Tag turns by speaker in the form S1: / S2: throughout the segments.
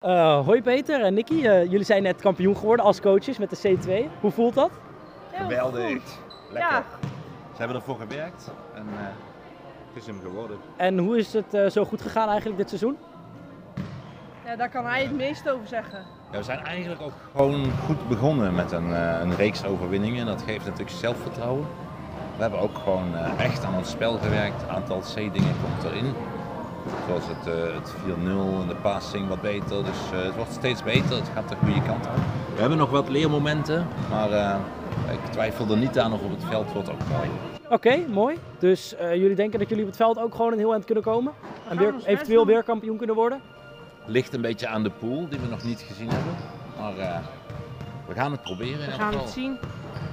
S1: Eh, hoi Peter en Nicky, Eh, jullie zijn net kampioen geworden als coaches met de C2. Hoe voelt dat?
S2: Heel
S3: Geweldig.
S2: goed.
S3: Lekker.
S2: Ja.
S3: Ze hebben ervoor gewerkt en eh, het is hem geworden.
S1: En hoe is het eh, zo goed gegaan eigenlijk dit seizoen?
S2: Ja, daar kan hij het meest over zeggen.
S3: Ja, we zijn eigenlijk ook gewoon goed begonnen met een, eh, een reeks overwinningen. Dat geeft natuurlijk zelfvertrouwen. We hebben ook gewoon eh, echt aan ons spel gewerkt. Een aantal C-dingen komt erin. Zoals het, eh, het 4-0 en de passing wat beter. Dus eh, het wordt steeds beter. Het gaat de goede kant op. We hebben nog wat leermomenten. Maar eh, ik twijfel er niet aan of op het veld wordt ook mooi.
S1: Oké, mooi. Dus eh, jullie denken dat jullie op het veld ook gewoon een heel eind kunnen komen? En weer-
S2: ons best
S1: eventueel
S2: doen.
S1: weer kampioen kunnen worden?
S3: Ligt een beetje aan de pool die we nog niet gezien hebben. Maar eh, we gaan het proberen.
S2: We gaan het zien.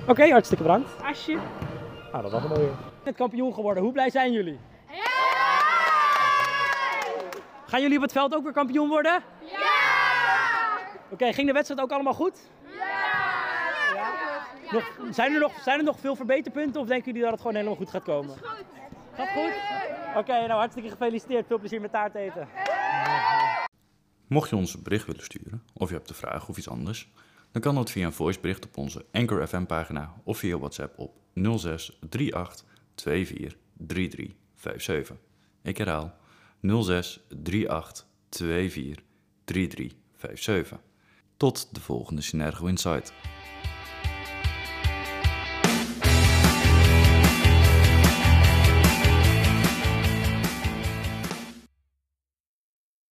S1: Oké, hartstikke bedankt.
S2: Asje.
S1: Nou, dat was hem alweer. Net kampioen geworden, hoe blij zijn jullie? Gaan jullie op het veld ook weer kampioen worden? Ja! Oké, ging de wedstrijd ook allemaal goed? Ja! Nog, zijn, er nog, zijn er nog veel verbeterpunten of denken jullie dat het gewoon helemaal goed gaat komen? Gaat goed? Oké, nou hartstikke gefeliciteerd. Veel plezier met taart eten.
S4: Mocht je ons een bericht willen sturen, of je hebt een vraag of iets anders, dan kan dat via een voicebericht op onze Anchor FM pagina of via WhatsApp op 06 38 24 33 57. Ik herhaal 06 38 24 33 57. Tot de volgende Synergo Insight.